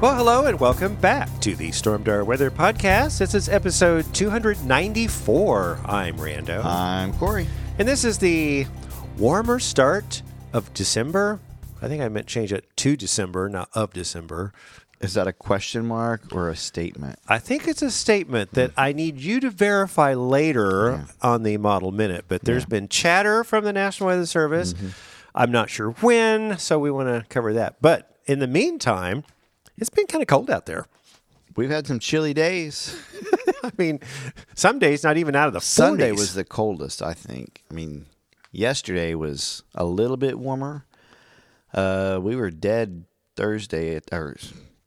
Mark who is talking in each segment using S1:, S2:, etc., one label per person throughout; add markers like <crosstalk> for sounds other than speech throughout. S1: Well, hello and welcome back to the Stormdar Weather Podcast. This is episode 294. I'm Rando.
S2: I'm Corey.
S1: And this is the warmer start of December. I think I meant change it to December, not of December.
S2: Is that a question mark or a statement?
S1: I think it's a statement that I need you to verify later on the model minute, but there's been chatter from the National Weather Service. I'm not sure when, so we want to cover that. But in the meantime, it's been kind of cold out there.
S2: We've had some chilly days.
S1: <laughs> I mean, some days not even out of the 40s.
S2: Sunday was the coldest, I think. I mean, yesterday was a little bit warmer. Uh, we were dead Thursday at, or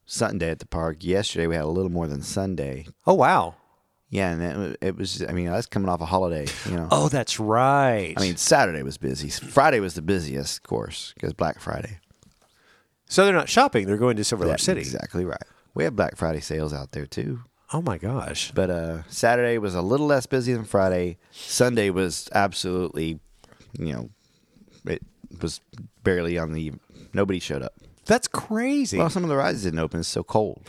S2: Sunday at the park. Yesterday we had a little more than Sunday.
S1: Oh wow.
S2: Yeah, and it, wa- it was. I mean, that's coming off a holiday. You know,
S1: Oh, that's right.
S2: I mean, Saturday was busy. Friday was the busiest, of course, because Black Friday.
S1: so they're not shopping; they're going to Silver Lake
S2: That's
S1: City.
S2: Exactly right. We have Black Friday sales out there too.
S1: Oh my gosh.
S2: But uh, Saturday was a little less busy than Friday. Sunday was absolutely, you know, it was barely on the. Nobody showed up.
S1: That's crazy.
S2: Well, some of the rides didn't open. It's so cold.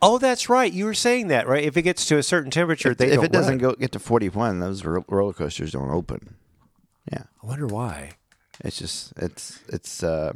S1: oh, that's right. You were saying that, right? If it gets to a certain temperature, they
S2: if
S1: don't
S2: it doesn't
S1: run.
S2: go get to forty-one, those ro- roller coasters don't open. Yeah,
S1: I wonder why.
S2: it's just it's it's uh,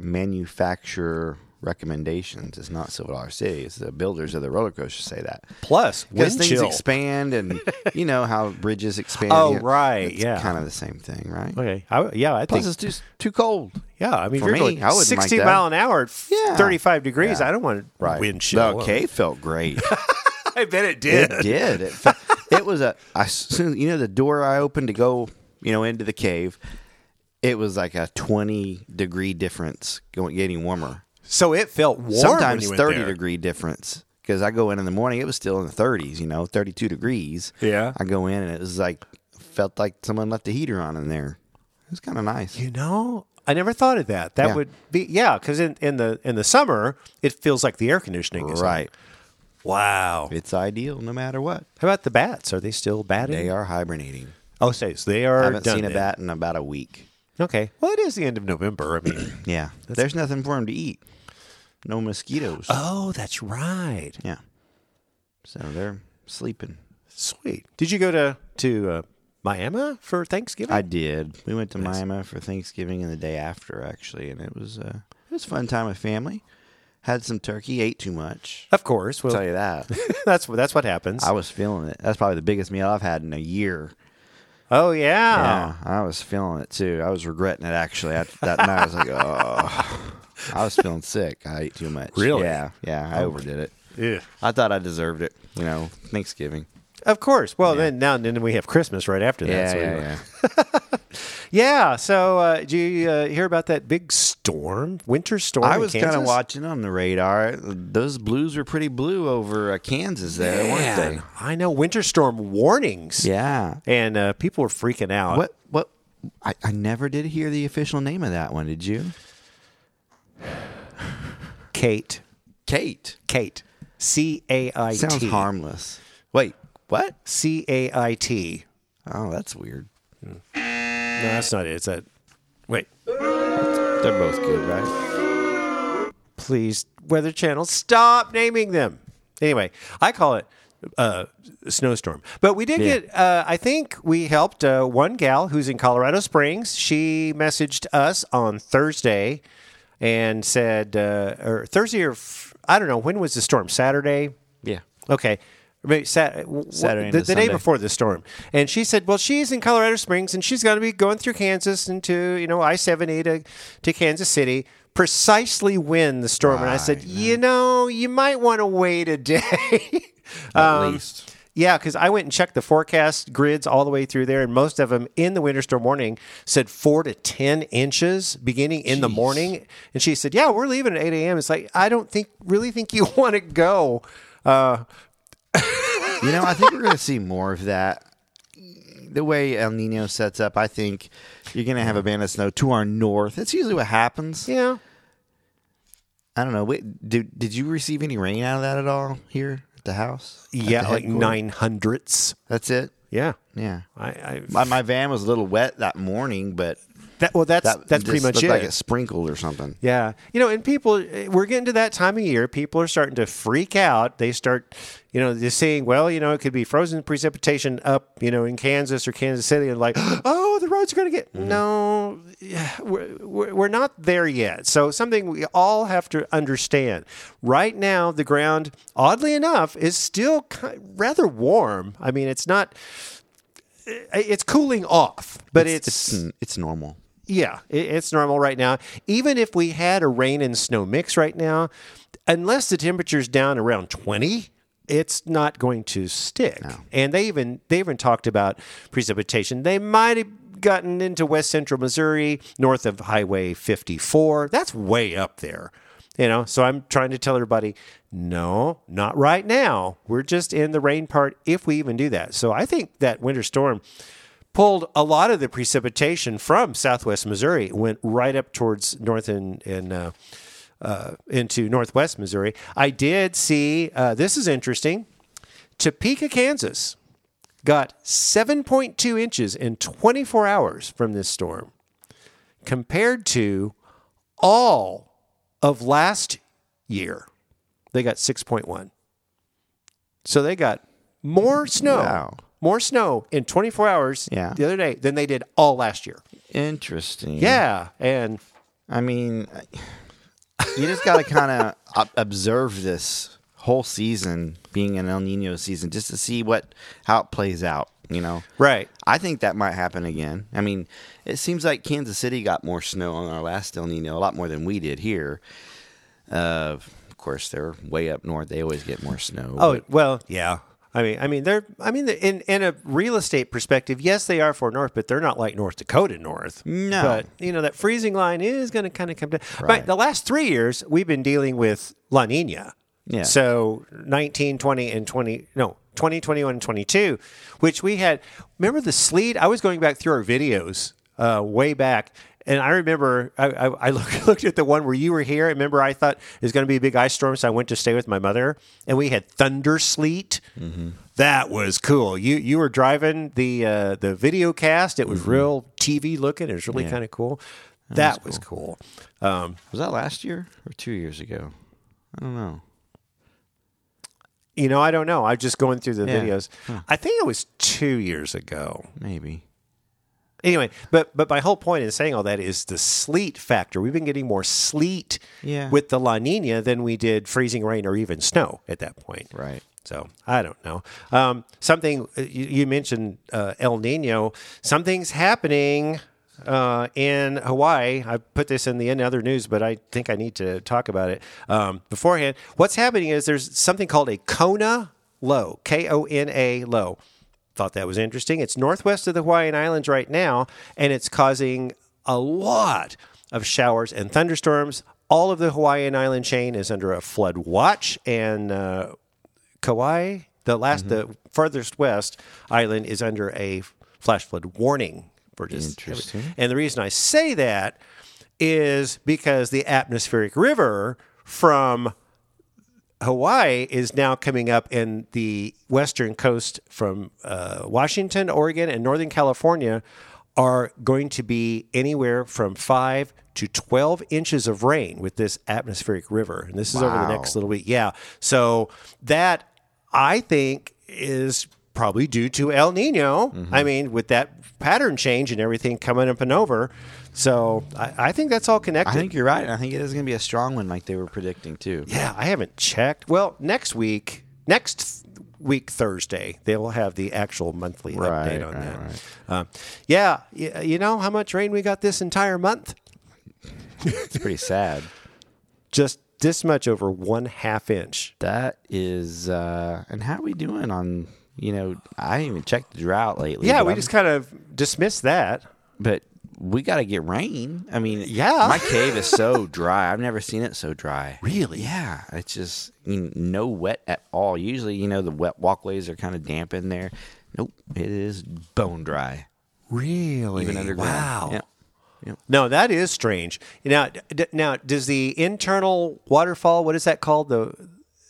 S2: manufacturer recommendations. It's not Silver Dollar City. It's the builders of the roller coasters say that.
S1: Plus,
S2: Because
S1: wind
S2: things
S1: chill.
S2: expand, and you know how bridges
S1: <laughs>
S2: expand.
S1: Oh,
S2: you know,
S1: right,
S2: it's
S1: yeah.
S2: kind of the same thing, right?
S1: okay. I, yeah, I
S2: Plus,
S1: think.
S2: it's just too cold.
S1: Yeah, I mean,
S2: for
S1: if you're
S2: me,
S1: going
S2: I wouldn't
S1: 60
S2: like that.
S1: mile an hour at f-
S2: Yeah.
S1: 35 degrees. I don't want wind chill.
S2: The cave felt great.
S1: <laughs> I bet it did.
S2: it did. It, fe- it was a. I s- <laughs> you know the door I opened to go you know into the cave. It was like a twenty degree difference going getting warmer.
S1: So it felt warm. when
S2: Sometimes
S1: you went
S2: thirty
S1: there.
S2: degree difference because I go in in the morning. It was still in the thirties. You know, thirty two degrees.
S1: Yeah.
S2: I go in and it was like felt like someone left the heater on in there. It was kind of nice.
S1: You know, I never thought of that. That
S2: Yeah.
S1: would be yeah, because in, in the in the summer it feels like the air conditioning is on.
S2: Right.
S1: Wow.
S2: It's ideal no matter what.
S1: How about the bats? Are they still batting?
S2: They are hibernating.
S1: Oh, so so they are
S2: I haven't
S1: done
S2: seen a
S1: then.
S2: bat in about a week.
S1: Okay. Well, it is the end of November. I
S2: <clears throat>
S1: mean,
S2: Yeah. There's nothing for him to eat. No mosquitoes.
S1: oh, that's right.
S2: yeah. So they're sleeping.
S1: Sweet. Did you go to to uh, Miami for Thanksgiving?
S2: I did. We went to Miami for Thanksgiving and the day after actually, and it was uh, it was a fun time with family. Had some turkey, ate too much.
S1: of course.
S2: I'll
S1: Well,
S2: tell you that.
S1: <laughs> that's what that's what happens.
S2: I was feeling it. That's probably the biggest meal I've had in a year.
S1: oh yeah.
S2: Yeah, I was feeling it too. I was regretting it actually. After that night, I was like, oh, I was feeling sick. I ate too much.
S1: Really?
S2: Yeah, yeah. I overdid it.
S1: Ew.
S2: I thought I deserved it. You know, Thanksgiving.
S1: Of course. Well, then now and then we have Christmas right after that.
S2: Yeah,
S1: so
S2: yeah,
S1: we-
S2: yeah.
S1: Yeah, So, uh, did you uh, hear about that big storm, winter storm?
S2: I
S1: in
S2: was kind of
S1: Kansas?
S2: watching on the radar. Those blues were pretty blue over uh, Kansas there,
S1: Man,
S2: weren't
S1: I know winter storm warnings.
S2: they? Yeah.
S1: And uh, people were freaking out.
S2: What? What? I, I never did hear the official name of that one. Did you?
S1: Kate?
S2: Kate.
S1: Kate. C A I T.
S2: Sounds harmless. Wait, what?
S1: C A I T.
S2: Oh, that's weird.
S1: No, that's not it. It's that. Wait.
S2: They're both good, right?
S1: Please, Weather Channel, stop naming them. Anyway, I call it uh, snowstorm. But we did get, uh, I think we helped uh, one gal who's in Colorado Springs. She messaged us on Thursday and said, uh, or Thursday or, f- I don't know, when was the storm? Saturday?
S2: Yeah.
S1: Okay. Or Maybe Sat- w-
S2: Saturday
S1: the,
S2: into
S1: the day
S2: Sunday.
S1: before the storm, and she said, "Well, she's in Colorado Springs, and she's going to be going through Kansas into you know I seventy to to Kansas City, precisely when the storm, and I said, you know, you might want to wait a day.
S3: at
S1: <laughs>
S2: Um,
S3: least.
S1: Yeah, because I went and checked the forecast grids all the way through there, and most of them in the winter storm warning said four to 10 inches beginning in the morning. And she said, Yeah, we're leaving at 8 a.m. It's like, I don't think, really think you <laughs> want to go. Uh,
S2: You know, I think we're going to see more of that. The way El Nino sets up, I think you're going to have a band of snow to our north. That's usually what happens.
S1: yeah.
S2: I don't know. Wait, did, did you receive any rain out of that at all here at the house? At
S1: Yeah,
S2: the
S1: like
S2: headquarters?
S1: nine hundredths.
S2: That's it.
S1: Yeah.
S2: Yeah.
S1: I, I
S2: My, my van was a little wet that morning, but
S1: that, well, that's
S2: that
S1: that's
S2: just
S1: pretty much
S2: looked
S1: it.
S2: Like it sprinkled or something.
S1: Yeah. You know, and people, eh, we're getting to that time of year. People are starting to freak out. They start, you know, they're seeing, well, you know, it could be frozen precipitation up, you know, in Kansas or Kansas City and like, <gasps> oh, the roads are going to get. No, yeah, we're, we're we're not there yet. So, something we all have to understand. Right now, the ground, oddly enough, is still ki- rather warm. I mean, it's not. eh, It's cooling off, but it's,
S2: It's, it's normal.
S1: yeah, it, it's normal right now. Even if we had a rain and snow mix right now, unless the temperature's down around 20, it's not going to stick. And they even they even talked about precipitation. They might have gotten into west central Missouri, north of Highway 54. That's way up there. You know, so I'm trying to tell everybody, no, not right now. We're just in the rain part if we even do that. So I think that winter storm pulled a lot of the precipitation from southwest Missouri, went right up towards north and, and uh, uh, into northwest Missouri. I did see, uh, this is interesting, Topeka, Kansas got 7.2 inches in 24 hours from this storm compared to all of last year. They got 6.1. So they got more snow.
S2: Wow.
S1: More snow in 24 hours
S2: Yeah.
S1: the other day than they did all last year.
S2: Interesting.
S1: Yeah. And
S2: I mean, you just got
S1: <laughs>
S2: to kind of observe this whole season being an El Nino season just to see what how it plays out, you know.
S1: right.
S2: I think that might happen again. I mean, it seems like Kansas City got more snow on our last El Nino, a lot more than we did here. Uh, of course, they're way up north. They always get more snow.
S1: Oh well, yeah. I mean, I mean, they're. I mean, in in a real estate perspective, yes, they are for North, but they're not like North Dakota North.
S2: No.
S1: but you know that freezing line is going to kind of come down. But
S2: Right.
S1: the last three years, we've been dealing with La Nina.
S2: Yeah.
S1: So 19, 20, and 20, no, 20, 21, and 22, which we had. Remember the sleet? I was going back through our videos uh, way back. And I remember I, I, <laughs> I look, looked at the one where you were here. I remember I thought it was going to be a big ice storm. So I went to stay with my mother and we had thunder sleet. That was cool. You you were driving the uh, the video cast. It was real TV looking. It was really kind of cool. Mm-hmm. That, was cool. Um,
S2: was that last year or two years ago? I don't know.
S1: You know, I don't know. I'm just going through the
S2: Yeah.
S1: videos. I think it was two years ago.
S2: Maybe.
S1: Anyway, but but my whole point in saying all that is the sleet factor. We've been getting more sleet
S2: Yeah.
S1: with the La Nina than we did freezing rain or even snow at that point.
S2: Right.
S1: So I don't know. Um, something you, you mentioned uh, El Nino. Something's happening uh, in Hawaii. I put this in the end other news, but I think I need to talk about it um, beforehand. What's happening is there's something called a Kona low. K O N A low. Thought that was interesting. It's northwest of the Hawaiian Islands right now, and it's causing a lot of showers and thunderstorms. All of the Hawaiian island chain is under a flood watch, and uh, Kauai, the last, the farthest west island is under a flash flood warning for just
S2: Interesting.
S1: And the reason I say that is because the atmospheric river from Hawaii is now coming up in the western coast from uh, Washington, Oregon, and Northern California are going to be anywhere from five to 12 inches of rain with this atmospheric river. And this is over the next little week. Yeah. So that I think is probably due to El Nino.
S2: Mm-hmm.
S1: I mean, with that pattern change and everything coming up and over. So I, I think that's all connected.
S2: I think you're right. I think it is going to be a strong one, like they were predicting too.
S1: Yeah, I haven't checked. Well, next week, next th- week Thursday, they will have the actual monthly
S2: Right,
S1: update on
S2: right,
S1: that. Um, yeah, y- you know how much rain we got this entire month?
S2: It's pretty sad.
S1: Just this much over one half inch.
S2: That is, uh, and how are we doing on? You know, I haven't even checked the drought lately.
S1: Yeah,
S2: but
S1: we
S2: I'm-
S1: just kind of dismiss that.
S2: but we got to get rain. I mean,
S1: Yeah.
S2: my cave is
S1: <laughs>
S2: so dry. I've never seen it so dry.
S1: Really?
S2: Yeah, it's just you know, no wet at all. Usually, you know, the wet walkways are kind of damp in there. Nope, it is bone dry,
S1: Really?
S2: even underground.
S1: Wow.
S2: Yeah.
S1: No, that is strange. Now, d- now, does the internal waterfall? What is that called? The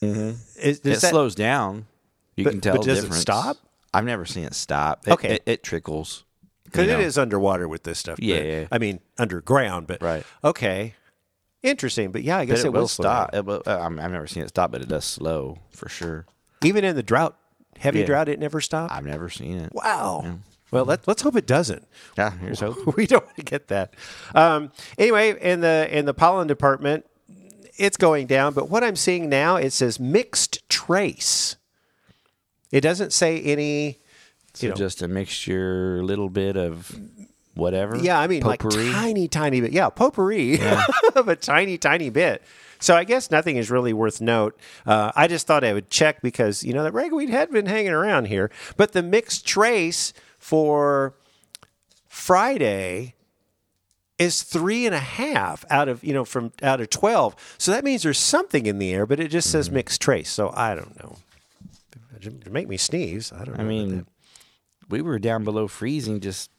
S1: is,
S2: It
S1: does that-
S2: slows down. You
S1: But-
S2: can tell
S1: but
S2: the
S1: does it
S2: difference.
S1: stop?
S2: I've never seen it stop. It,
S1: Okay.
S2: it, it trickles.
S1: Because
S2: you
S1: it
S2: know.
S1: is underwater with this stuff. but-
S2: Yeah, yeah.
S1: I mean, underground, but
S2: Right.
S1: Okay. Interesting, but yeah, I
S2: But
S1: guess
S2: it,
S1: it,
S2: will
S1: slow down.
S2: stop. It will, uh, I'm- I've never seen it stop, but it does slow for sure.
S1: Even in the drought, heavy
S2: Yeah.
S1: drought, it never stopped.
S2: I've never seen it.
S1: wow. Well, let, let's hope it doesn't.
S2: Yeah, here's
S1: <laughs>
S2: hope.
S1: we don't want to get that. Um, anyway, in the in the pollen department, it's going down. But what I'm seeing now, it says mixed trace. It doesn't say any.
S2: So
S1: you know,
S2: just a mixture, little bit of whatever.
S1: yeah, I mean,
S2: Potpourri.
S1: like tiny, tiny bit. Yeah, potpourri <laughs> of a tiny, tiny bit. So I guess nothing is really worth note. Uh, I just thought I would check because you know that ragweed had been hanging around here, but the mixed trace for Friday is three and a half out of you know from out of twelve. So that means there's something in the air, but it just says
S2: Mm-hmm.
S1: mixed trace. So I don't know. It'd make me sneeze. I don't. know
S2: I
S1: about
S2: mean, we were down below freezing just,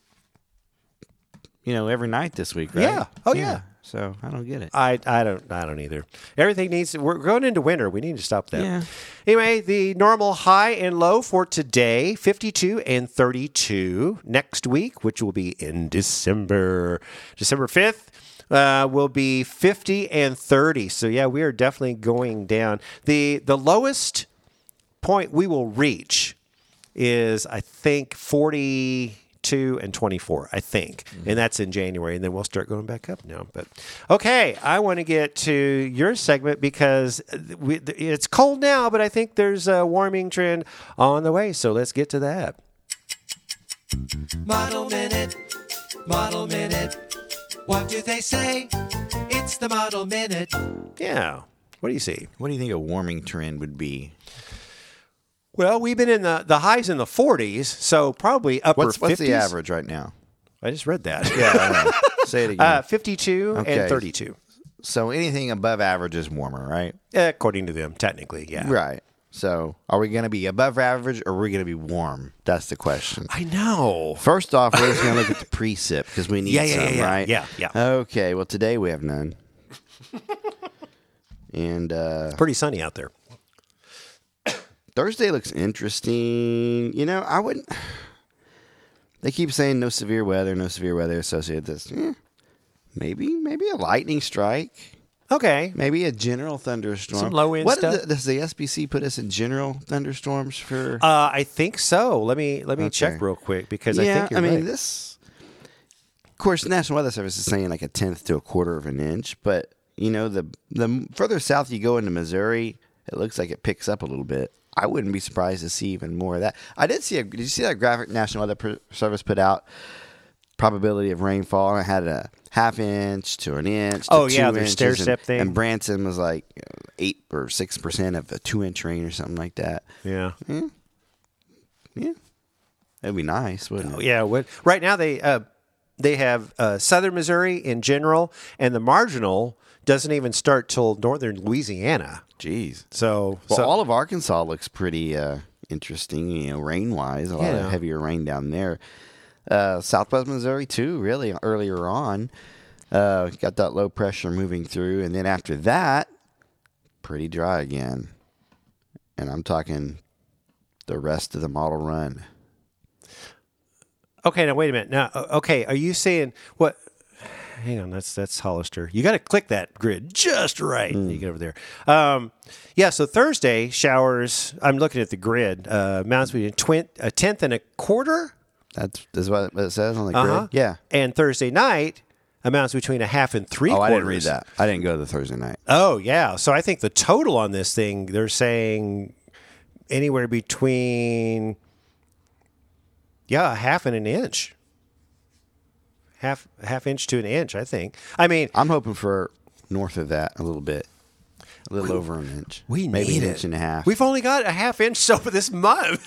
S2: you know, every night this week, right?
S1: Yeah. Oh, yeah.
S2: So I don't get it.
S1: I, I don't I don't either. Everything needs we're going into winter. We need to stop that.
S2: Yeah.
S1: Anyway, the normal high and low for today, 52 and 32. Next week, which will be in December, December 5th, uh, will be 50 and 30. So yeah, we are definitely going down. The the lowest point we will reach is I think 42 and 24, I think. And that's in January. And then we'll start going back up now. But okay, I want to get to your segment because uh, we, th- it's cold now, but I think there's a warming trend on the way. So let's get to that.
S4: Model Minute, Model Minute. What do they say? It's the Model Minute.
S1: Yeah. What do you see?
S2: What do you think a warming trend would be?
S1: Well, we've been in the, the highs in the 40s, so probably upper
S2: What's,
S1: 50s.
S2: what's the average right now?
S1: I just read that.
S2: <laughs> Yeah. I know. Say it again.
S1: <laughs> Uh, 52
S2: Okay.
S1: and 32,
S2: so anything above average is warmer, right?
S1: according to them, technically. Yeah.
S2: Right. So are we going to be above average or are we going to be warm? That's the question.
S1: I know.
S2: First off, we're just gonna look at the precip because we need
S1: Yeah, yeah,
S2: some,
S1: yeah, yeah,
S2: right?
S1: yeah, yeah.
S2: Okay. Well, today we have none. <laughs> and uh,
S1: Pretty sunny out there.
S2: Thursday looks interesting. You know, I wouldn't. <sighs> They keep saying no severe weather, no severe weather associated with this. Eh, maybe, maybe a lightning strike.
S1: Okay.
S2: Maybe a general thunderstorm.
S1: Some low-end
S2: What did
S1: stuff?
S2: the- does the SBC put us in general thunderstorms for?
S1: Uh, I think so. Let me let me check
S2: Okay.
S1: real quick because I think you're
S2: mean
S1: right.
S2: this. Of course, National Weather Service is saying like a tenth to a quarter of an inch, but you know the the further south you go into Missouri, it looks like it picks up a little bit. I wouldn't be surprised to see even more of that. I did see a. Did you see that graphic National Weather Pr- Service put out? Probability of rainfall, and it had a half inch to an inch. To
S1: Oh, yeah,
S2: two
S1: their
S2: inches,
S1: stair-step
S2: and,
S1: thing.
S2: And Branson was like uh, eight or six percent of a two inch rain or something like that.
S1: Yeah.
S2: Yeah, that'd be nice, wouldn't it?
S1: Oh, Yeah. What, right now they uh, they have uh, southern Missouri in general, and the marginal doesn't even start till northern Louisiana.
S2: Jeez.
S1: So,
S2: Well,
S1: so
S2: all of Arkansas looks pretty uh, interesting, you know, rain wise. A lot
S1: Yeah.
S2: of heavier rain down there. Uh, Southwest Missouri, too, really earlier on. Uh, got that low pressure moving through. And then after that, pretty dry again. And I'm talking the rest of the model run.
S1: okay. Now wait a minute. Now o- okay, are you saying what? Hang on, that's that's Hollister. You got to click that grid just right.
S2: Hmm.
S1: when You get over there. Um, yeah. So Thursday showers. I'm looking at the grid. Uh, Mountains between twin, a tenth and a quarter.
S2: That's, that's what it says on the grid.
S1: Uh-huh.
S2: Yeah.
S1: And Thursday night amounts between a half and three
S2: Oh,
S1: quarters.
S2: I didn't read that. I didn't go to the Thursday night.
S1: Oh, yeah. So I think the total on this thing, they're saying anywhere between, yeah, a half and an inch. half half inch to an inch. I think. I mean,
S2: I'm hoping for north of that a little bit, a little over an inch.
S1: We
S2: maybe
S1: need
S2: an
S1: it.
S2: inch and a half.
S1: We've only got a half inch <laughs> so far this month,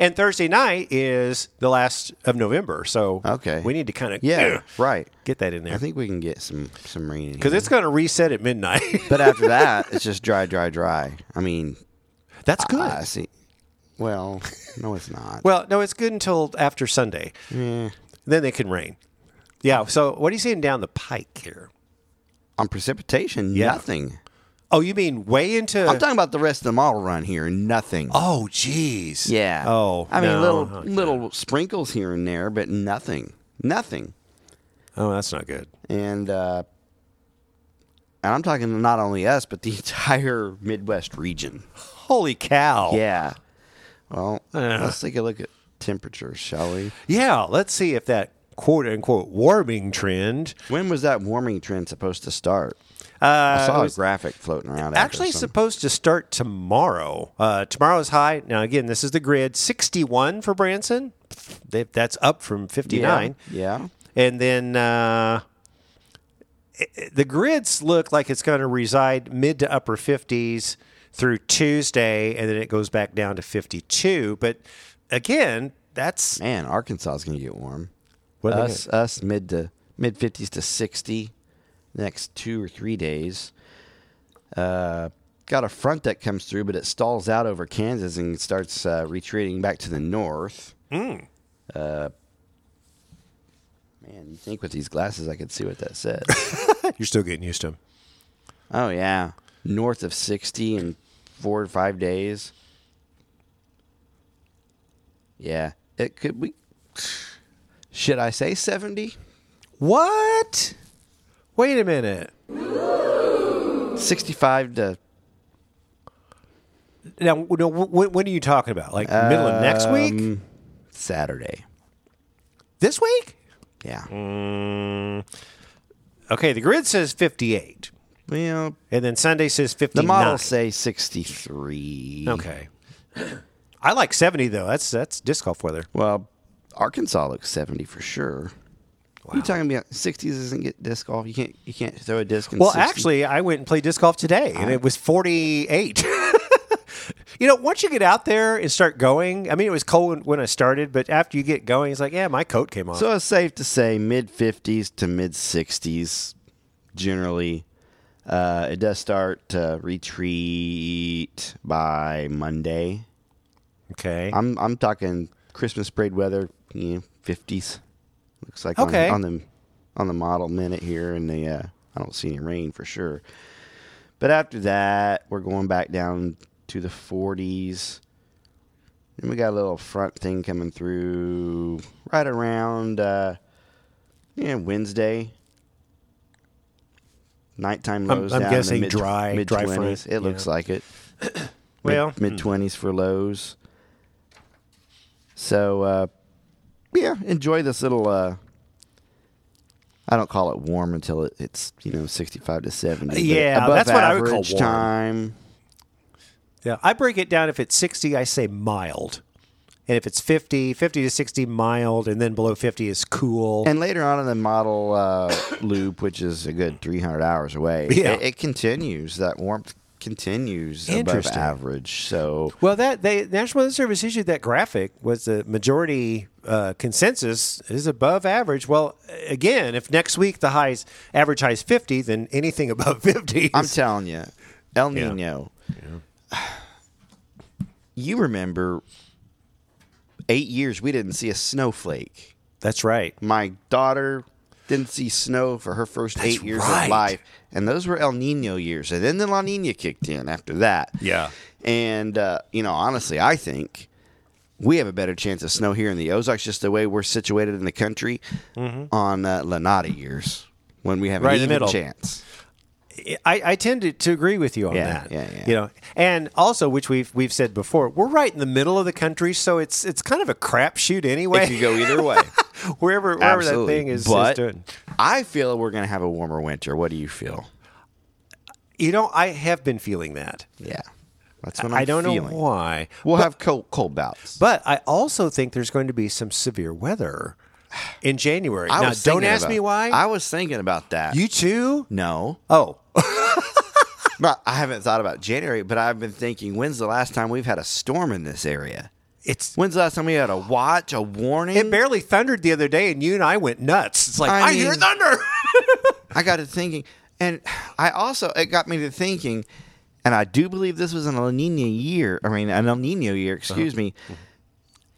S1: and Thursday night is the last of November. So
S2: Okay.
S1: we need to kind of
S2: yeah, right.
S1: get that in
S2: I
S1: there
S2: think we can get some some rain
S1: because it's going to reset at midnight. <laughs>
S2: But after that, it's just dry, dry, dry. I mean,
S1: That's good.
S2: I see. Well, no, it's not.
S1: well, no, it's good until after Sunday. Then it can rain. Yeah. So what are you seeing down the pike here?
S2: on precipitation,
S1: Yeah.
S2: nothing.
S1: Oh, you mean way into?
S2: I'm talking about the rest of the model run here. Nothing.
S1: oh, jeez.
S2: yeah.
S1: Oh,
S2: I mean,
S1: no.
S2: little little sprinkles here and there, but nothing. Nothing.
S1: Oh, that's not good.
S2: and uh, and I'm talking not only us but the <laughs> entire Midwest region.
S1: Holy cow.
S2: Yeah. Well,
S1: Uh.
S2: let's take a look at temperatures, shall we?
S1: Yeah, let's see if that quote unquote warming trend
S2: When was that warming trend supposed to start?
S1: uh,
S2: I saw
S1: was
S2: a graphic floating around. out
S1: actually
S2: there some-
S1: supposed to start tomorrow. Uh, tomorrow's high. Now, again, this is the grid 61 for Branson. They, that's up from 59.
S2: Yeah. yeah.
S1: And then uh, it- it- the grids look like it's going to reside mid to upper 50s through Tuesday, and then it goes back down to 52. But again, that's
S2: Man, Arkansas is going to get warm.
S1: What are they
S2: us, us mid to mid fifties to sixty, next two or three days. Uh, got a front that comes through, but it stalls out over Kansas and starts uh, retreating back to the north.
S1: Hmm.
S2: Uh, man, you think with these glasses I could see what that said?
S1: you're still getting used to them.
S2: oh yeah, north of sixty in four or five days. Yeah, it could be. Should I say seventy?
S1: What? Wait a minute.
S2: 65 to
S1: Now, no, when, when are you talking about? Like middle of next week?
S2: um, Saturday.
S1: This week?
S2: Yeah.
S1: Mm. Okay, the grid says 58,
S2: Well,
S1: and then Sunday says 59.
S2: the models say 63.
S1: Okay. I like 70 though. That's that's disc golf weather.
S2: Well, Arkansas looks 70 for sure. You talking about 60s doesn't get disc golf? You can't you can't throw a disc in
S1: Well,
S2: 60?
S1: actually, I went and played disc golf today, and it was 48. <laughs> you know, once you get out there and start going, I mean, it was cold when I started, but after you get going, it's like, yeah, my coat came off.
S2: So it's safe to say mid 50s to mid 60s generally. Uh, it does start to retreat by Monday.
S1: okay.
S2: I'm I'm talking Christmas parade weather, you know, fifties. Looks like on-
S1: Okay.
S2: on, the on the model minute here, and the uh, I don't see any rain for sure. But after that, we're going back down to the forties. Then we got a little front thing coming through right around uh, yeah Wednesday. Nighttime
S1: I'm-
S2: lows
S1: I'm
S2: down in the
S1: guessing
S2: mid-
S1: dry- dry front,
S2: mid-twenties. It looks
S1: yeah.
S2: like it
S1: well, hmm.
S2: mid twenties for lows. So uh, yeah, enjoy this little. Uh, I don't call it warm until it, it's you know sixty five to seventy. but
S1: Yeah,
S2: above
S1: that's what I would call
S2: average
S1: warm.
S2: Time.
S1: Yeah, I break it down. If it's 60, I say mild. And if it's 50, 50 to 60, mild. And then below 50 is cool.
S2: And later on in the model uh, <coughs> loop, which is a good 300 hours away,
S1: Yeah.
S2: it, it continues. That warmth continues above
S1: Interesting.
S2: average. So
S1: well, that they National Weather Service issued that graphic was the majority uh, consensus is above average. Well, again, if next week the highs average high is 50, then anything <laughs> above 50.
S2: I'm
S1: is-
S2: telling you, El
S1: Yeah.
S2: Nino. You remember eight years we didn't see a snowflake.
S1: That's right.
S2: My daughter didn't see snow for her first eight years
S1: right.
S2: of life, and those were El Nino years. And then the La Nina kicked in after that.
S1: Yeah.
S2: and uh, you know, honestly, I think. We have a better chance of snow here in the Ozarks, just the way we're situated in the country, on uh, Lanata years when we have
S1: Mm-hmm. Right in
S2: an
S1: the
S2: even
S1: middle.
S2: chance.
S1: I, I tend to, to agree with you on
S2: Yeah,
S1: that.
S2: yeah, yeah.
S1: You know, and also which we've we've said before, we're right in the middle of the country, so it's it's kind of a crapshoot anyway.
S2: It could go either way.
S1: <laughs> wherever wherever
S2: Absolutely.
S1: that thing is,
S2: but
S1: is doing.
S2: I feel we're going to have a warmer winter. What do you feel?
S1: You know, I have been feeling that.
S2: Yeah, that's what I'm
S1: I don't
S2: feeling.
S1: know why.
S2: We'll have cold cold bouts.
S1: But I also think there's going to be some severe weather. in January.
S2: I
S1: now,
S2: was
S1: don't
S2: thinking
S1: ask
S2: about-
S1: me why.
S2: I was thinking about that.
S1: you too?
S2: no,
S1: Oh, <laughs>
S2: but I haven't thought about January. But I've been thinking, when's the last time we've had a storm in this area?
S1: it's
S2: When's the last time we had a watch, a warning?
S1: it barely thundered the other day, and you and I went nuts. It's like I,
S2: Mm. I
S1: hear
S2: mean- <laughs>
S1: thunder.
S2: I got to thinking, and I also it got me to thinking, and I do believe this was an El Nino year. I mean, an El Nino year. Excuse me.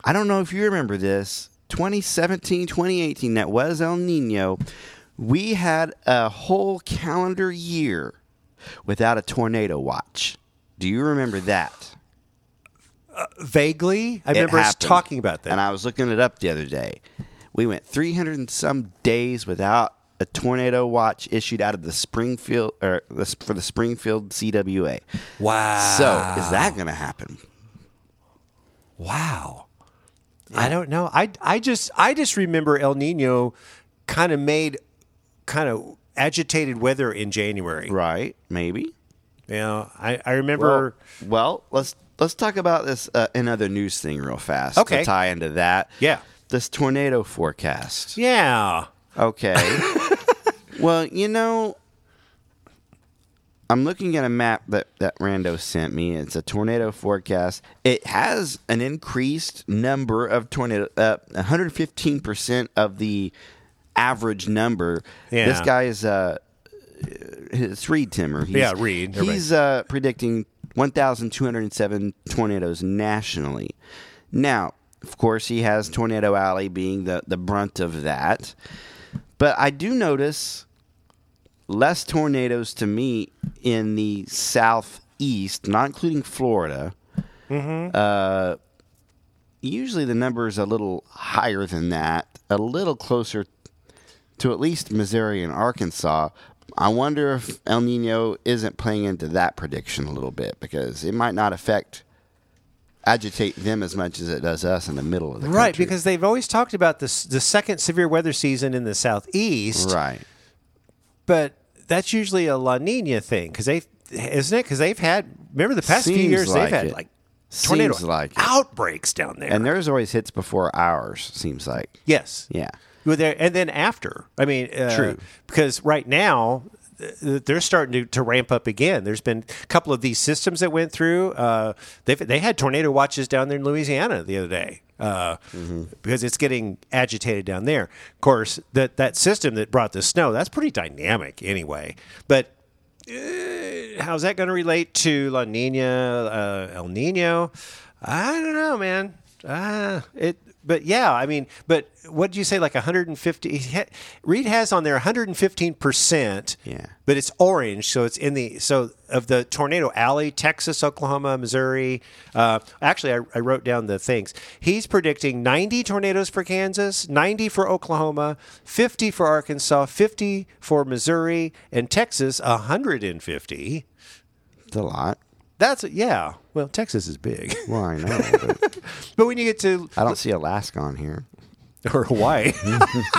S2: I don't know if you remember this. 2017, 2018, that was El Nino. We had a whole calendar year without a tornado watch. Do you remember that?
S1: Vaguely, I
S2: It
S1: remember us
S2: happened.
S1: talking about that.
S2: And I was looking it up the other day. We went 300 and some days without a tornado watch issued out of the Springfield or the, for the Springfield CWA.
S1: wow.
S2: So is that going to happen?
S1: Wow. I don't know. I I just I just remember El Nino kind of made kind of agitated weather in January.
S2: Right? Maybe.
S1: You know, I, I
S2: Well,
S1: remember
S2: well, let's let's talk about this uh, another news thing real fast.
S1: Okay.
S2: To tie into that.
S1: Yeah.
S2: This tornado forecast.
S1: Yeah.
S2: Okay. well, you know, I'm looking at a map that, that Rando sent me. It's a tornado forecast. It has an increased number of tornado, uh, 115% of the average number.
S1: Yeah.
S2: This guy is, uh, it's Reed Timmer. He's,
S1: Yeah, Reed.
S2: He's uh, predicting 1,207 tornadoes nationally. Now, of course, he has Tornado Alley being the, the brunt of that. But I do notice less tornadoes to me in the southeast, not including Florida. Uh, usually the number is a little higher than that, a little closer to at least Missouri and Arkansas. I wonder if El Nino isn't playing into that prediction a little bit because it might not affect agitate them as much as it does us in the middle of the
S1: Right,
S2: country.
S1: because they've always talked about this the second severe weather season in the southeast,
S2: right.
S1: but that's usually a La Nina thing cuz they isn't it cuz they've had remember the past few
S2: Seems
S1: years
S2: like
S1: they've had
S2: it.
S1: like tornado
S2: Seems like it.
S1: outbreaks down there.
S2: And there's always hits before ours, seems like.
S1: yes.
S2: Yeah.
S1: Well, there and then after. I mean, uh,
S2: True.
S1: Because right now th- they're starting to, to ramp up again. There's been a couple of these systems that went through. Uh, they they had tornado watches down there in Louisiana the other day. Uh, Because it's getting agitated down there. Of course, that that system that brought the snow that's pretty dynamic anyway. But uh, how's that going to relate to La Nina, uh, El Nino? I don't know, man. Uh, it, but yeah, I mean, but what did you say? Like 150? he ha- Reed has on there 115 percent.
S2: Yeah.
S1: But it's orange, so it's in the so of the tornado alley, Texas, Oklahoma, Missouri. Uh, actually, I, I wrote down the things. He's predicting 90 tornadoes for Kansas, 90 for Oklahoma, 50 for Arkansas, 50 for Missouri, and Texas 150.
S2: It's a lot.
S1: That's yeah. Well, Texas is big, <laughs>
S2: Well, I know, but
S1: but when you get to
S2: I don't see Alaska on here.
S1: or Hawaii. <laughs>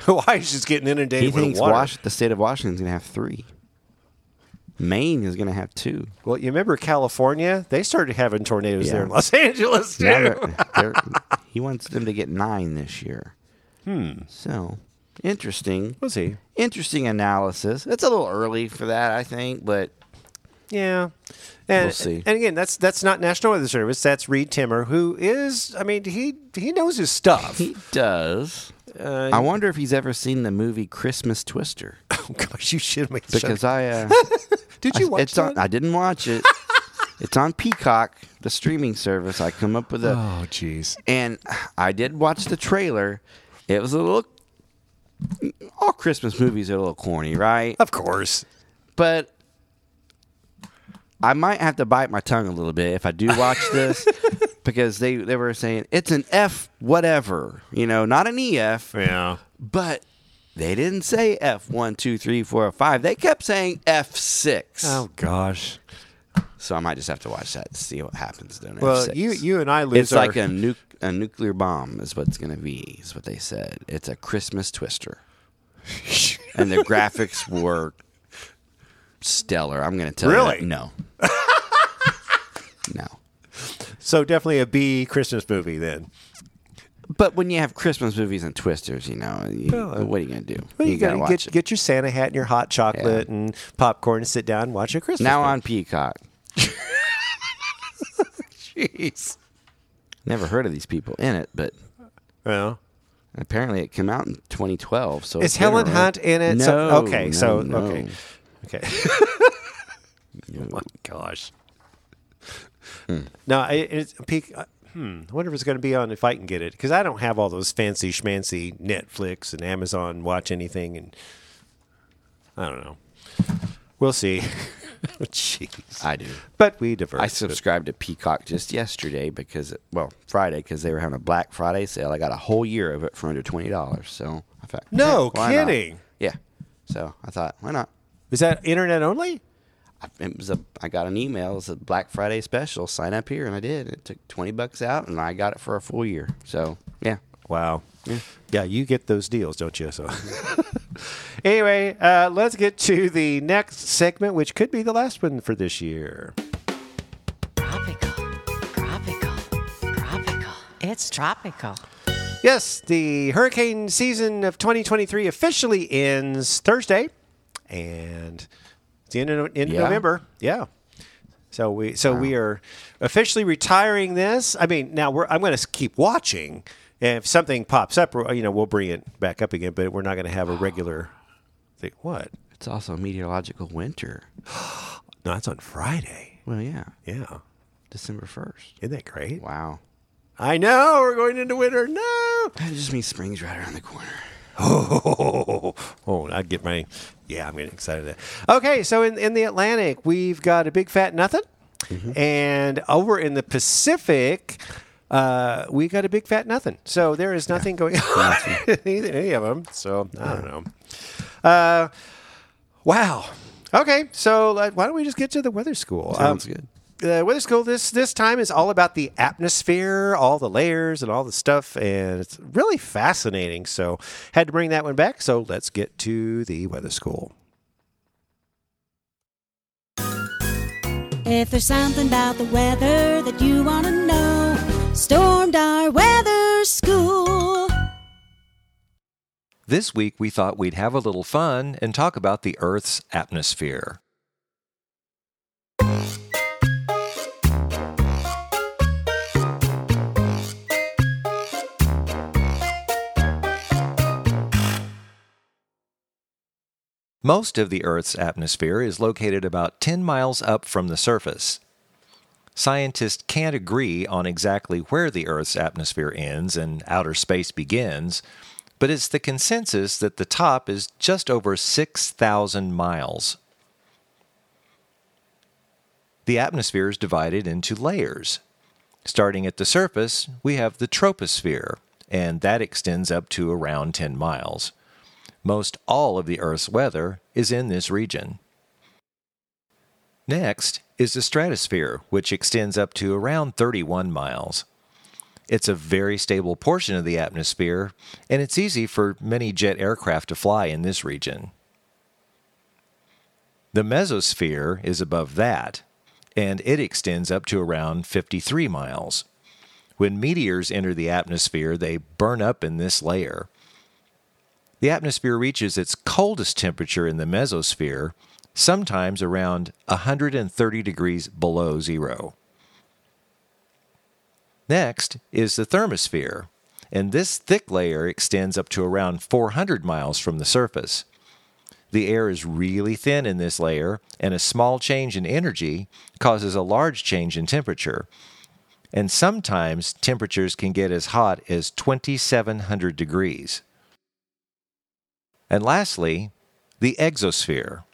S1: Hawaii's just getting
S2: He
S1: inundated with
S2: thinks
S1: water.
S2: Wash- the state of Washington's going to have three. Maine is going to have two.
S1: Well, you remember California? They started having tornadoes
S2: Yeah.
S1: there in Los <laughs> Angeles too.
S2: Now they're- they're- he wants them to get nine this year. Hmm. So interesting.
S1: We'll see.
S2: Interesting analysis. It's a little early for that, I think, but
S1: Yeah. And,
S2: We'll see.
S1: And again, that's that's not National Weather Service. That's Reed Timmer, who is. I mean, he he knows his stuff.
S2: he does.
S1: Uh,
S2: I wonder if he's ever seen the movie Christmas
S1: <laughs>
S2: Twister
S1: <laughs> oh gosh, you should make
S2: because
S1: I,
S2: I. Uh,
S1: <laughs> did you watch
S2: it's on,
S1: that?
S2: I didn't
S1: <laughs>
S2: watch it. it's on Peacock, the streaming service. I come up with a,
S1: oh jeez.
S2: and I did watch the trailer. It was a little. All Christmas movies are a little corny, right?
S1: Of course.
S2: But I might have to bite my tongue a little bit if I do watch
S1: <laughs>
S2: this because they they were saying it's an F whatever, you know, not an EF,
S1: Yeah.
S2: but. They didn't say F one two three four five. They kept saying F six.
S1: Oh gosh.
S2: So I might just have to watch that to see what happens. Don't I?
S1: Well,
S2: Six.
S1: you you and I lose.
S2: It's
S1: our-
S2: like a nu- a nuclear bomb is what it's gonna be. Is what they said. It's a Christmas
S4: <laughs>
S2: twister, and the graphics were stellar. I'm gonna tell
S1: Really?
S2: you. that- No.
S4: <laughs>
S2: no.
S1: so definitely a B Christmas movie then.
S2: But when you have Christmas movies and twisters, you know, you, what are you gonna do?
S4: Well, you, gotta,
S2: watch
S4: get
S2: it.
S4: get your Santa hat and your hot chocolate and popcorn and sit down and watch a Christmas.
S2: now
S4: movie.
S2: on Peacock. Jeez, never heard of these people in it, but
S4: Well,
S2: apparently it came out in 2012. So
S4: Is
S2: it's been
S4: Helen
S2: around.
S4: Hunt in it?
S2: No,
S4: So- okay,
S2: no,
S4: so-
S2: no.
S4: okay. okay.
S2: No.
S4: Gosh. No, it, it's peak. uh, Hmm. I wonder if it's going to be on if I can get it because I don't have all those fancy schmancy Netflix and Amazon watch anything and I don't know. We'll see. <laughs> Jeez.
S2: I do.
S4: But we diverge.
S2: I subscribed to Peacock just yesterday because, it, well, Friday because they were having a Black Friday sale. I got a whole year of it for under twenty dollars. So I thought,
S4: No
S2: why not?
S4: kidding.
S2: Yeah. So I thought, why not?
S4: Is that internet only?
S2: I, it was a. I got an email. It was a Black Friday special. Sign up here, and I did. It took twenty bucks out, and I got it for a full year. So yeah,
S4: Wow. Yeah. you get those deals, don't you? So, <laughs> anyway, uh, let's get to the next segment, which could be the last one for this year.
S5: Tropical. Tropical. Tropical. It's tropical.
S4: Yes, the hurricane season of 2023 officially ends Thursday, and it's the end of, end of
S2: Yeah.
S4: November. Yeah. So we so we are officially retiring this. I mean, now we're I'm going to keep watching. And if something pops up, we're- you know, we'll bring it back up again. But we're not going to have a regular thing. What?
S2: it's also a meteorological winter.
S4: No, that's on Friday.
S2: Well, yeah,
S4: Yeah.
S2: December first.
S4: Isn't that great?
S2: Wow.
S4: I know we're going into winter. No.
S2: That just means spring's right around the corner.
S4: Oh, <laughs> oh, I get my. Yeah, I'm getting excited. Okay, so in, in the Atlantic, we've got a big fat nothing. And over in the Pacific, uh, we got a big fat nothing. So there is nothing going on in either- any of them. So I don't know. Uh, wow. Okay, so like, why don't we just get to the weather school? Um,
S2: Sounds good.
S4: the weather school this this time is all about the atmosphere, all the layers and all the stuff, and it's really fascinating. So had to bring that one back. So let's get to the weather school.
S6: If there's something about the weather that you want to know, stormed our weather school.
S1: This week we thought we'd have a little fun and talk about the Earth's atmosphere. Most of the Earth's atmosphere is located about 10 miles up from the surface. Scientists can't agree on exactly where the Earth's atmosphere ends and outer space begins, but it's the consensus that the top is just over 6,000 miles. The atmosphere is divided into layers. Starting at the surface, we have the troposphere, and that extends up to around 10 miles. Most all of the Earth's weather is in this region. Next is the stratosphere, which extends up to around 31 miles. It's a very stable portion of the atmosphere, and it's easy for many jet aircraft to fly in this region. The mesosphere is above that, and it extends up to around 53 miles. When meteors enter the atmosphere, they burn up in this layer. The atmosphere reaches its coldest temperature in the mesosphere, sometimes around 130 degrees below zero. Next is the thermosphere, and this thick layer extends up to around 400 miles from the surface. The air is really thin in this layer, and a small change in energy causes a large change in temperature. And sometimes temperatures can get as hot as 2700 degrees. And lastly, the exosphere.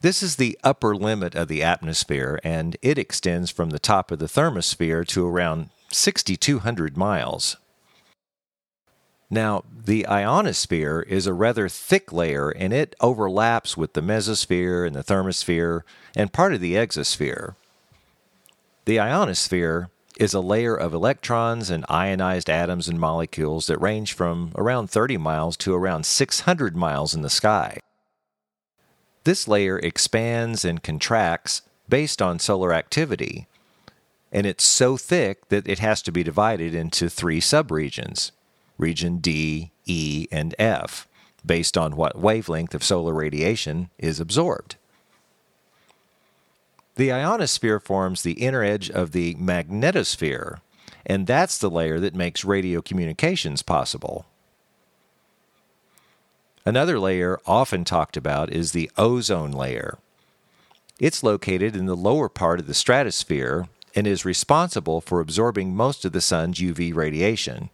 S1: This is the upper limit of the atmosphere, and it extends from the top of the thermosphere to around 6,200 miles. Now, the ionosphere is a rather thick layer, and it overlaps with the mesosphere and the thermosphere and part of the exosphere. The ionosphere is a layer of electrons and ionized atoms and molecules that range from around 30 miles to around 600 miles in the sky. This layer expands and contracts based on solar activity. and it's so thick that it has to be divided into three subregions region D, E, and F, based on what wavelength of solar radiation is absorbed. The ionosphere forms the inner edge of the magnetosphere, and that's the layer that makes radio communications possible. Another layer often talked about is the ozone layer. It's located in the lower part of the stratosphere and is responsible for absorbing most of the sun's UV radiation.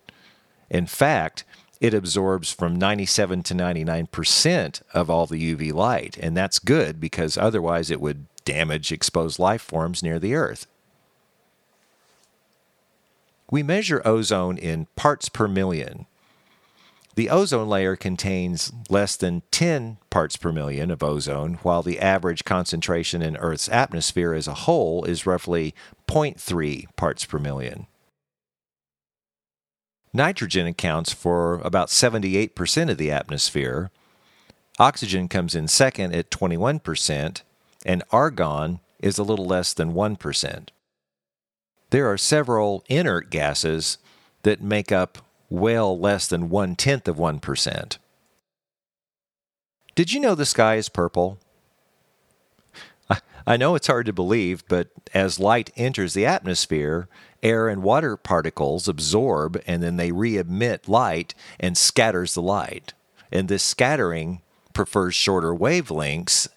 S1: In fact, it absorbs from 97 to 99% of all the UV light, and that's good because otherwise it would damage exposed life forms near the Earth. We measure ozone in parts per million. The ozone layer contains less than 10 parts per million of ozone, while the average concentration in Earth's atmosphere as a whole is roughly 0.3 parts per million. Nitrogen accounts for about 78% of the atmosphere. Oxygen comes in second at 21%, and argon is a little less than 1%. There are several inert gases that make up well less than one tenth of 1%. Did you know the sky is purple? I- I know it's hard to believe, but as light enters the atmosphere, air and water particles absorb and then they re-emit light and scatters the light. And this scattering prefers shorter wavelengths,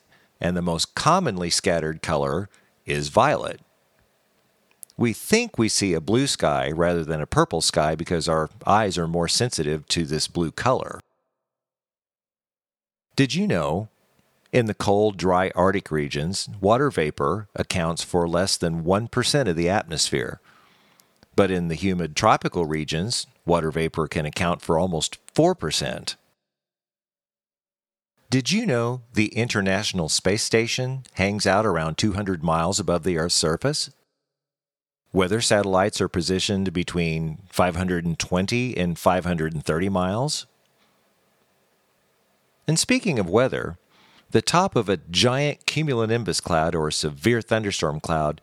S1: and the most commonly scattered color is violet. We think we see a blue sky rather than a purple sky because our eyes are more sensitive to this blue color. Did you know in the cold, dry Arctic regions, water vapor accounts for less than 1% of the atmosphere. But in the humid tropical regions, water vapor can account for almost 4%. Did you know the International Space Station hangs out around 200 miles above the Earth's surface? Weather satellites are positioned between 520 and 530 miles. And speaking of weather, the top of a giant cumulonimbus cloud or severe thunderstorm cloud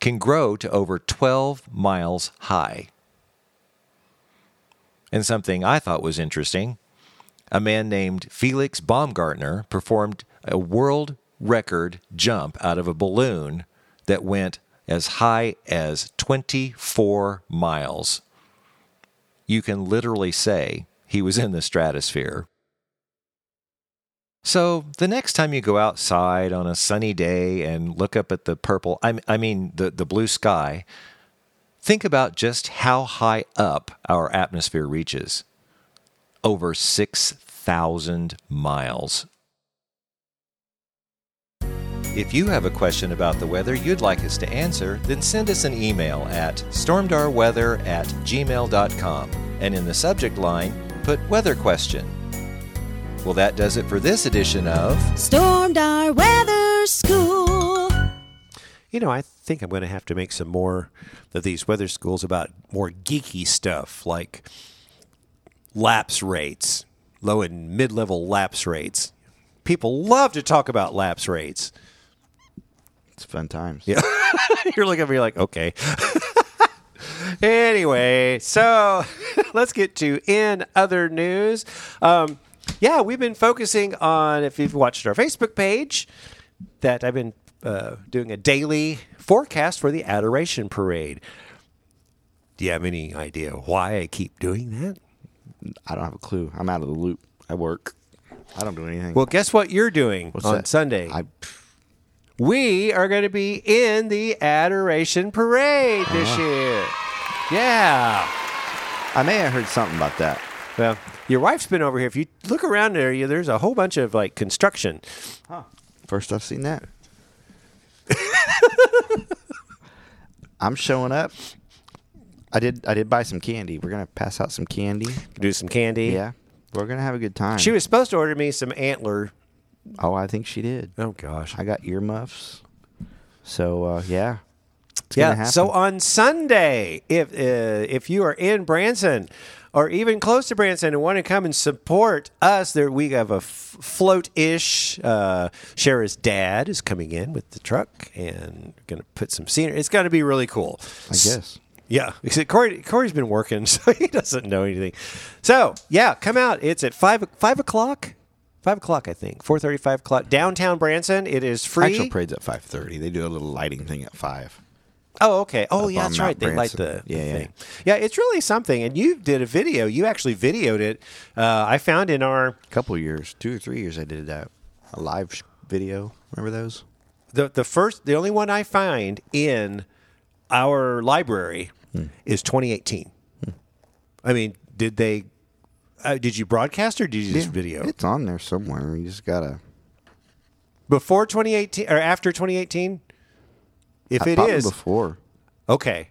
S1: can grow to over 12 miles high. And something I thought was interesting a man named Felix Baumgartner performed a world record jump out of a balloon that went as high as 24 miles. You can literally say he was in the stratosphere. So the next time you go outside on a sunny day and look up at the purple, I, m- I mean the, the blue sky, think about just how high up our atmosphere reaches over 6,000 miles. If you have a question about the weather you'd like us to answer, then send us an email at stormdarweather at gmail.com and in the subject line, put weather question. Well, that does it for this edition of.
S6: Stormed our weather school.
S4: You know, I think I'm going to have to make some more of these weather schools about more geeky stuff like lapse rates, low and mid level lapse rates. People love to talk about lapse rates.
S2: It's fun times.
S4: Yeah. <laughs> You're looking at me like, okay. anyway, so <laughs> let's get to in other news. Um, yeah, we've been focusing on, if you've watched our Facebook page, that I've been uh, doing a daily forecast for the Adoration Parade. Do you have any idea why I keep doing that?
S2: I don't have a clue. I'm out of the loop. I work. I don't do anything.
S4: Well, guess what you're doing
S2: What's
S4: on
S2: that?
S4: Sunday?
S2: I,
S4: we are going to be in the Adoration Parade this year. Yeah.
S2: I may have heard something about that.
S4: Well, your wife's been over here. If you look around there, you, there's a whole bunch of like construction.
S2: First I've seen
S4: <laughs>
S2: that. I'm showing up. I did. I did buy some candy. We're gonna pass out some candy.
S4: Do some candy.
S2: Yeah, we're gonna have a good time.
S4: She was supposed to order me some antler.
S2: Oh, I think she did.
S4: Oh gosh.
S2: I got earmuffs. So uh, yeah, it's
S4: Yeah.
S2: Gonna
S4: So
S2: happen.
S4: on Sunday, if uh, if you are in Branson are even close to Branson and want to come and support us, there we have a f- float-ish. Uh, Shara's dad is coming in with the truck and going to put some scenery. It's going to be really cool.
S2: I guess.
S4: Yeah, except Corey, Corey's been working, <laughs> so he doesn't know anything. So yeah, come out. It's at five five o'clock. Five o'clock, I think. Four thirty, five o'clock. Downtown Branson. It is free.
S2: Actual parade's at five thirty. They do a little lighting thing at five.
S4: oh, okay. Oh,
S2: up
S4: yeah,
S2: on
S4: that's
S2: Mount
S4: right. They light the,
S2: Branson.
S4: the
S2: Yeah, yeah.
S4: thing. Yeah, it's really something. And you did a video. You actually videoed it. Uh, I found in our
S2: A couple years, two or three years, I did that a live sh- video. Remember those?
S4: the the first the only one I find in our library
S2: Hmm.
S4: is 2018. I mean, did they? Uh, did you broadcast or did you just video?
S2: It's on there somewhere. You just gotta.
S4: before 2018 or after 2018 if it
S2: Probably
S4: is
S2: before.
S4: okay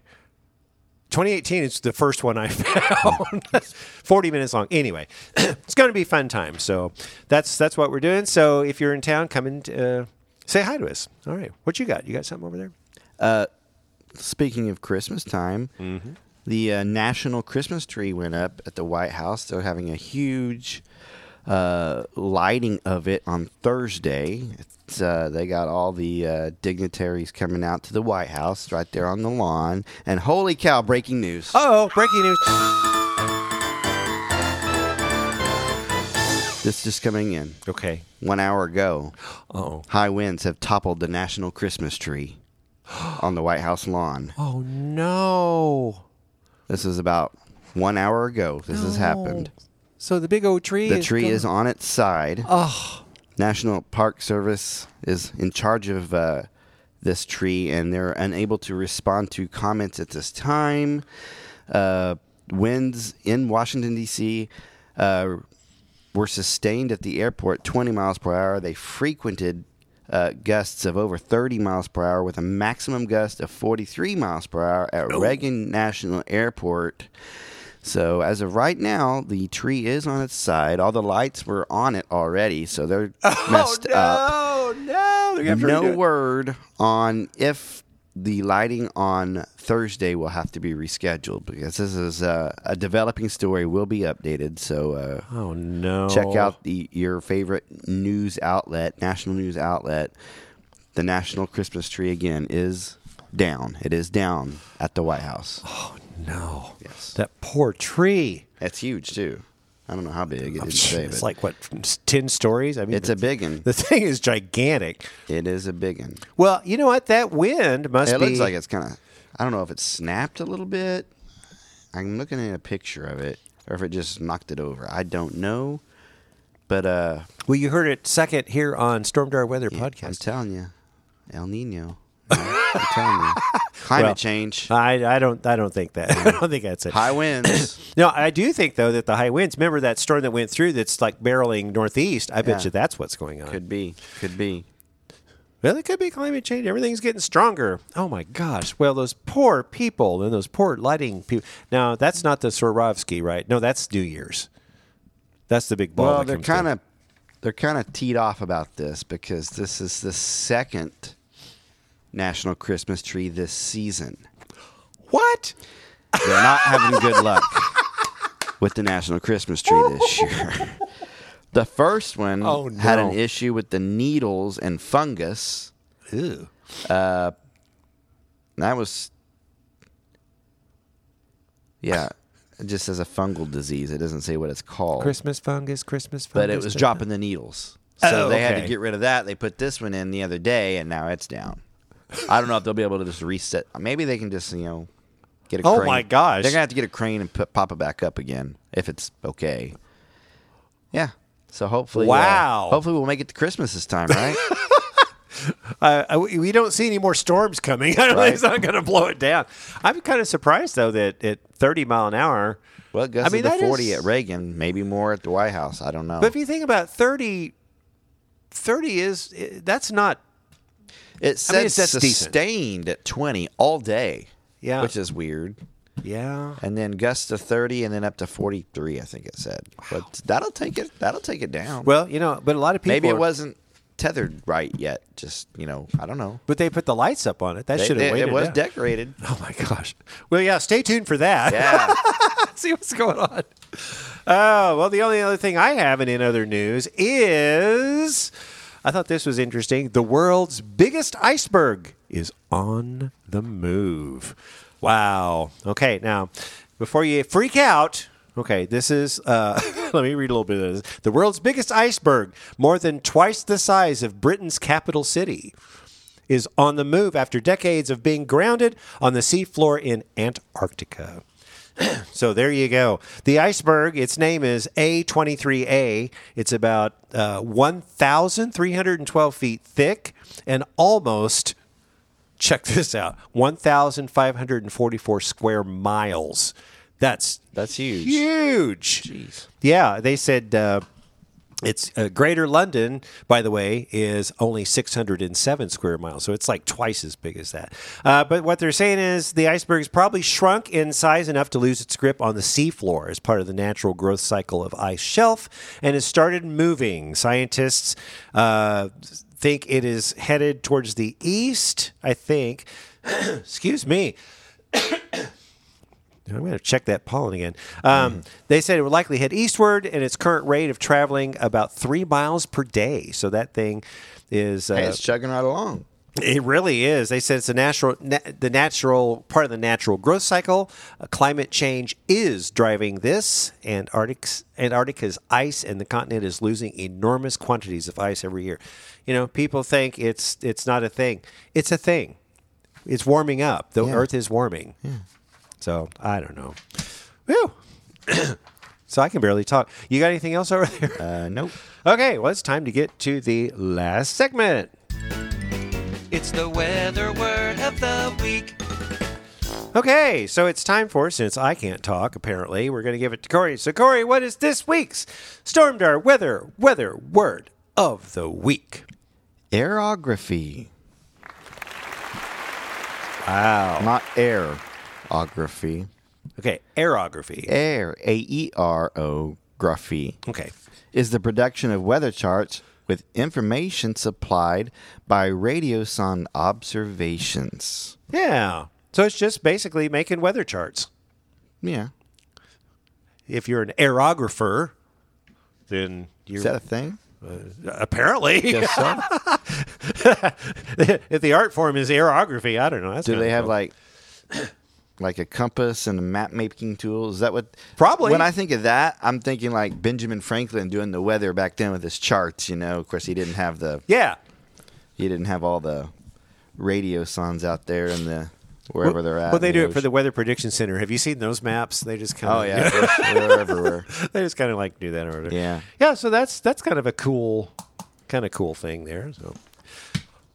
S4: 2018 is the first one i <laughs> found 40 minutes long anyway <clears throat> it's going to be fun time so that's that's what we're doing so if you're in town come and uh, say hi to us all right what you got you got something over there
S2: Speaking of Christmas time,
S4: Mm-hmm.
S2: the uh, national Christmas tree went up at the White House. They're having a huge uh, lighting of it on Thursday. It's, uh, they got all the uh, dignitaries coming out to the White House right there on the lawn. And holy cow, breaking news!
S4: oh breaking news
S2: This just coming in
S4: okay
S2: one hour ago.
S4: oh
S2: High winds have toppled the national Christmas tree on the White House lawn.
S4: oh no
S2: This is about one hour ago. This has happened.
S4: so the big old tree
S2: The
S4: is
S2: tree
S4: gone.
S2: is on its side. National Park Service is in charge of uh, this tree, and they're unable to respond to comments at this time. Uh, winds in Washington, D.C. Uh, were sustained at the airport 20 miles per hour. They frequented uh, gusts of over 30 miles per hour with a maximum gust of 43 miles per hour at Reagan National Airport. So as of right now, the tree is on its side. All the lights were on it already, so
S4: <laughs>
S2: they're messed up.
S4: oh no they're gonna have to
S2: No
S4: redo it.
S2: word on if the lighting on Thursday will have to be rescheduled because this is uh, a developing story. Will be updated, so uh,
S4: oh no
S2: check out the your favorite news outlet, national news outlet. The national Christmas tree again is down. It is down at the White House.
S4: no
S2: Yes.
S4: that poor tree
S2: That's huge too. I don't know how big it didn't say,
S4: it's
S2: but
S4: like what ten stories. I mean,
S2: it's a big one.
S4: the <laughs> thing is gigantic.
S2: It is a big one.
S4: Well, you know what? That wind must
S2: It
S4: be.
S2: looks like it's kind of. I don't know if it snapped a little bit. I'm looking at a picture of it, or if it just knocked it over. I don't know, but uh,
S4: Well, you heard it second here on Storm Door Weather
S2: I'm
S4: podcast.
S2: telling you, El Nino. I'm telling
S4: <laughs>
S2: you, climate
S4: Well,
S2: change,
S4: I, I don't I don't think that <laughs> I don't think that's it.
S2: high winds. <coughs>
S4: No, I do think though that the high winds. Remember that storm that went through that's like barreling northeast. I bet
S2: Yeah.
S4: you that's what's going on.
S2: Could be. Could be.
S4: Well, it could be climate change. Everything's getting stronger. Oh my gosh. Well, those poor people and those poor lighting people. Now, that's not the Swarovski, right? No, that's New Year's. That's the big ball.
S2: Well,
S4: that
S2: they're
S4: comes down.
S2: kind of they're kind of teed off about this because this is the second national Christmas tree this season.
S4: what?
S2: They're not having good luck with the national Christmas tree this year. The first one
S4: Oh,
S2: had
S4: no.
S2: an issue with the needles and fungus.
S4: Ew.
S2: And that was Yeah, it just says a fungal disease. It doesn't say what it's called.
S4: Christmas fungus, Christmas fungus.
S2: but it was
S4: da-
S2: dropping the needles. So
S4: Oh,
S2: they had
S4: okay.
S2: to get rid of that. They put this one in the other day, and now it's down. I don't know if they'll be able to just reset. Maybe they can just you know get a.
S4: Oh,
S2: crane.
S4: my gosh.
S2: They're gonna have to get a crane and put, pop it back up again if it's okay. Yeah. So hopefully, uh,
S4: Wow.
S2: hopefully we'll make it to Christmas this time,
S4: <laughs>
S2: right?
S4: Uh, uh, we we don't see any more storms coming. <laughs> I don't think
S2: Right.
S4: it's not going to blow it down. I'm kind of surprised though that at 30 mile an hour.
S2: well, guess
S4: I mean,
S2: the
S4: that
S2: forty
S4: is-
S2: at Reagan, maybe more at the White House. I don't know.
S4: But if you think about 30, 30 is eh, that's not.
S2: it
S4: I mean,
S2: says
S4: that's decent.
S2: sustained at twenty all day.
S4: Yeah.
S2: Which is weird.
S4: Yeah.
S2: and then gusts to 30 and then up to 43 i think it said but that'll take it that'll take it down
S4: Well, you know, but a lot of people
S2: maybe
S4: are-
S2: it wasn't tethered right yet just you know i don't know
S4: But they put the lights up on it. That
S2: They-
S4: <laughs> should have
S2: they-
S4: waited.
S2: it was
S4: out.
S2: decorated
S4: Oh my gosh. Well, yeah. Stay tuned for that.
S2: yeah
S4: <laughs> see what's going on. Oh, well, the only other thing I have in, in other news is I thought this was interesting. The world's biggest iceberg is on the move. Wow. Okay, now, before you freak out, okay, this is, uh, <laughs> let me read a little bit of this. The world's biggest iceberg, more than twice the size of Britain's capital city is on the move after decades of being grounded on the seafloor in Antarctica. <clears throat> so there you go. The iceberg, its name is A23A. It's about uh, 1,312 feet thick and almost, check this out, 1,544 square miles. That's
S2: That's huge.
S4: huge. Yeah, they said uh, it's uh, Greater London, by the way, is only 607 square miles, so it's like twice as big as that. Uh, but what they're saying is the iceberg's probably shrunk in size enough to lose its grip on the seafloor as part of the natural growth cycle of ice shelf and has started moving. Scientists uh, think it is headed towards the east, I think. <coughs> Excuse me. I'm going to check that pollen again. Um, They said it would likely head eastward, and its current rate of traveling about three miles per day. So that thing is uh,
S2: Hey, it's chugging right along.
S4: it really is. They said it's a natural, na- the natural part of the natural growth cycle. Uh, climate change is driving this. Antarctic's, Antarctica's ice and the continent is losing enormous quantities of ice every year. You know, people think it's it's not a thing. It's a thing. It's warming up. The Earth is warming. So I don't know. Whew. <coughs> so I can barely talk. You got anything else over there? <laughs>
S2: Uh, nope.
S4: okay, well it's time to get to the last segment.
S7: It's the weather word of the week.
S4: Okay, so it's time for since I can't talk. Apparently, we're going to give it to Corey. So, Corey, what is this week's Storm Dart weather weather word of the week?
S2: Aerography. Wow. Not airography.
S4: Okay, aerography.
S2: Air, A E R O, graphy.
S4: Okay,
S2: is the production of weather charts with information supplied by radio sun observations.
S4: yeah. So it's just basically making weather charts.
S2: Yeah.
S4: If you're an aerographer, then you're
S2: Is that a thing?
S4: apparently
S2: Guess so.
S4: <laughs> if the art form is aerography, I don't know. That's
S2: Do
S4: kinda
S2: they have
S4: cool.
S2: like <clears throat> like a compass and a map making tool? Is that what
S4: Probably.
S2: When I think of that, I'm thinking like Benjamin Franklin doing the weather back then with his charts, you know. Of course he didn't have the
S4: yeah?
S2: he didn't have all the radio suns out there and the wherever they're at.
S4: Well, they
S2: in
S4: do it for
S2: ocean.
S4: the Weather Prediction Center. Have you seen those maps? They just kind of
S2: Oh yeah,
S4: <laughs>
S2: they're, they're everywhere.
S4: they just kind of like do that order.
S2: Yeah.
S4: Yeah. So that's that's kind of a cool, kind of cool thing there. So.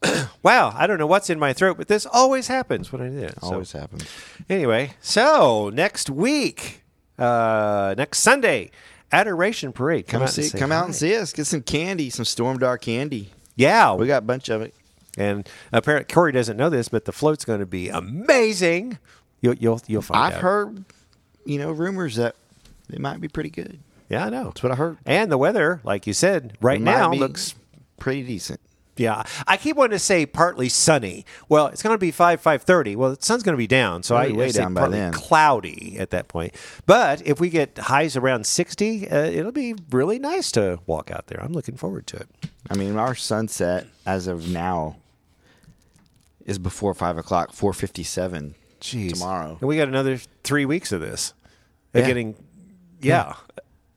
S4: <clears throat> wow, I don't know what's in my throat, but this always happens when I do it. So,
S2: Always happens.
S4: Anyway, so next week, uh, next Sunday, Adoration Parade. Come,
S2: Come
S4: out
S2: see,
S4: and say
S2: come
S4: hi.
S2: out and see us. Get some candy, some Storm Dark candy.
S4: Yeah,
S2: We got a bunch of it.
S4: and apparently Corey doesn't know this, but the float's going to be amazing. You'll you'll you'll find.
S2: I've
S4: out.
S2: heard, you know, rumors that it might be pretty good.
S4: Yeah, I know. That's
S2: what I heard.
S4: And the weather, like you said, right
S2: It might
S4: now
S2: be
S4: looks
S2: pretty decent.
S4: Yeah, I keep wanting to say partly sunny. Well, it's going to be five five thirty. Well, the sun's going to be down, so I
S2: It'll be way
S4: I say
S2: down by
S4: partly
S2: then.
S4: cloudy at that point. But if we get highs around sixty, uh, it'll be really nice to walk out there. I'm looking forward to it.
S2: I mean, our sunset as of now is before five o'clock, four fifty-seven. tomorrow.
S4: and we got another three weeks of this. They're
S2: Yeah. Hmm.
S4: Getting, yeah.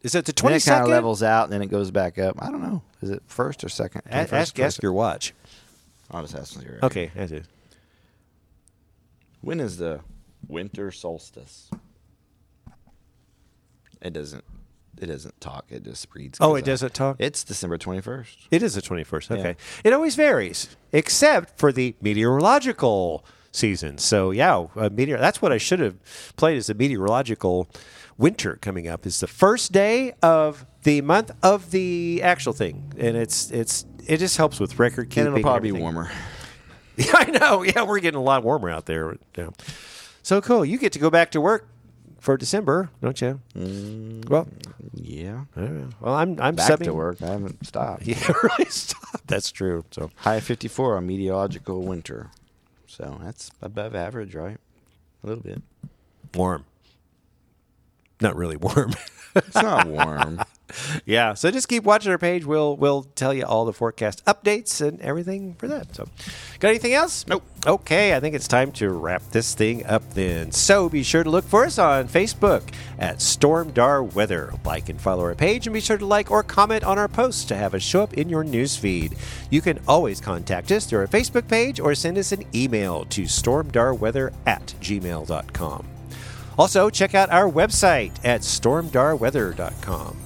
S4: Is it the
S2: Then
S4: twenty
S2: it kind
S4: second?
S2: of levels out, and then it goes back up. I don't know. Is it first or second?
S4: Ask, ask your watch.
S2: i was asking you. right?
S4: Okay, that's it.
S2: When is the winter solstice? It doesn't. It doesn't talk. It just reads.
S4: Oh,
S2: goes
S4: it
S2: out.
S4: doesn't talk?
S2: It's December twenty first.
S4: It is the 21st. Okay. It always varies, except for the meteorological season. So, yeah, uh meteor, that's what I should have played as the meteorological winter coming up is the first day of the month of the actual thing. And it's it's it just helps with record keeping.
S2: And it'll probably be
S4: everything.
S2: warmer.
S4: Yeah, <laughs> I know. Yeah, we're getting a lot warmer out there. Yeah. So cool. You get to go back to work for December, don't you? Well,
S2: <laughs> Yeah.
S4: I don't know. well, I'm I'm
S2: Mm. Back
S4: subbing.
S2: to work. I haven't stopped.
S4: <laughs> Yeah, really. Stop. That's true. So
S2: High fifty four on meteorological winter. So that's above average, right? A little bit.
S4: warm. not really warm. <laughs>
S2: It's not <laughs> warm.
S4: yeah. So just keep watching our page. We'll we'll tell you all the forecast updates and everything for that. So, got anything else? Nope. Okay. I think it's time to wrap this thing up then. So be sure to look for us on Facebook at Stormdar Weather. Like and follow our page, and be sure to like or comment on our posts to have us show up in your news feed. You can always contact us through our Facebook page or send us an email to stormdarweather at gmail.com. Also, check out our website at stormdarweather.com.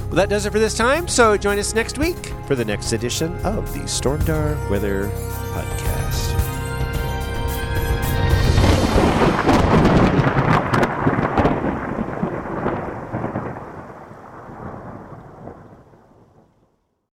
S4: Well, that does it for this time. So join us next week for the next edition of the Stormdar Weather Podcast.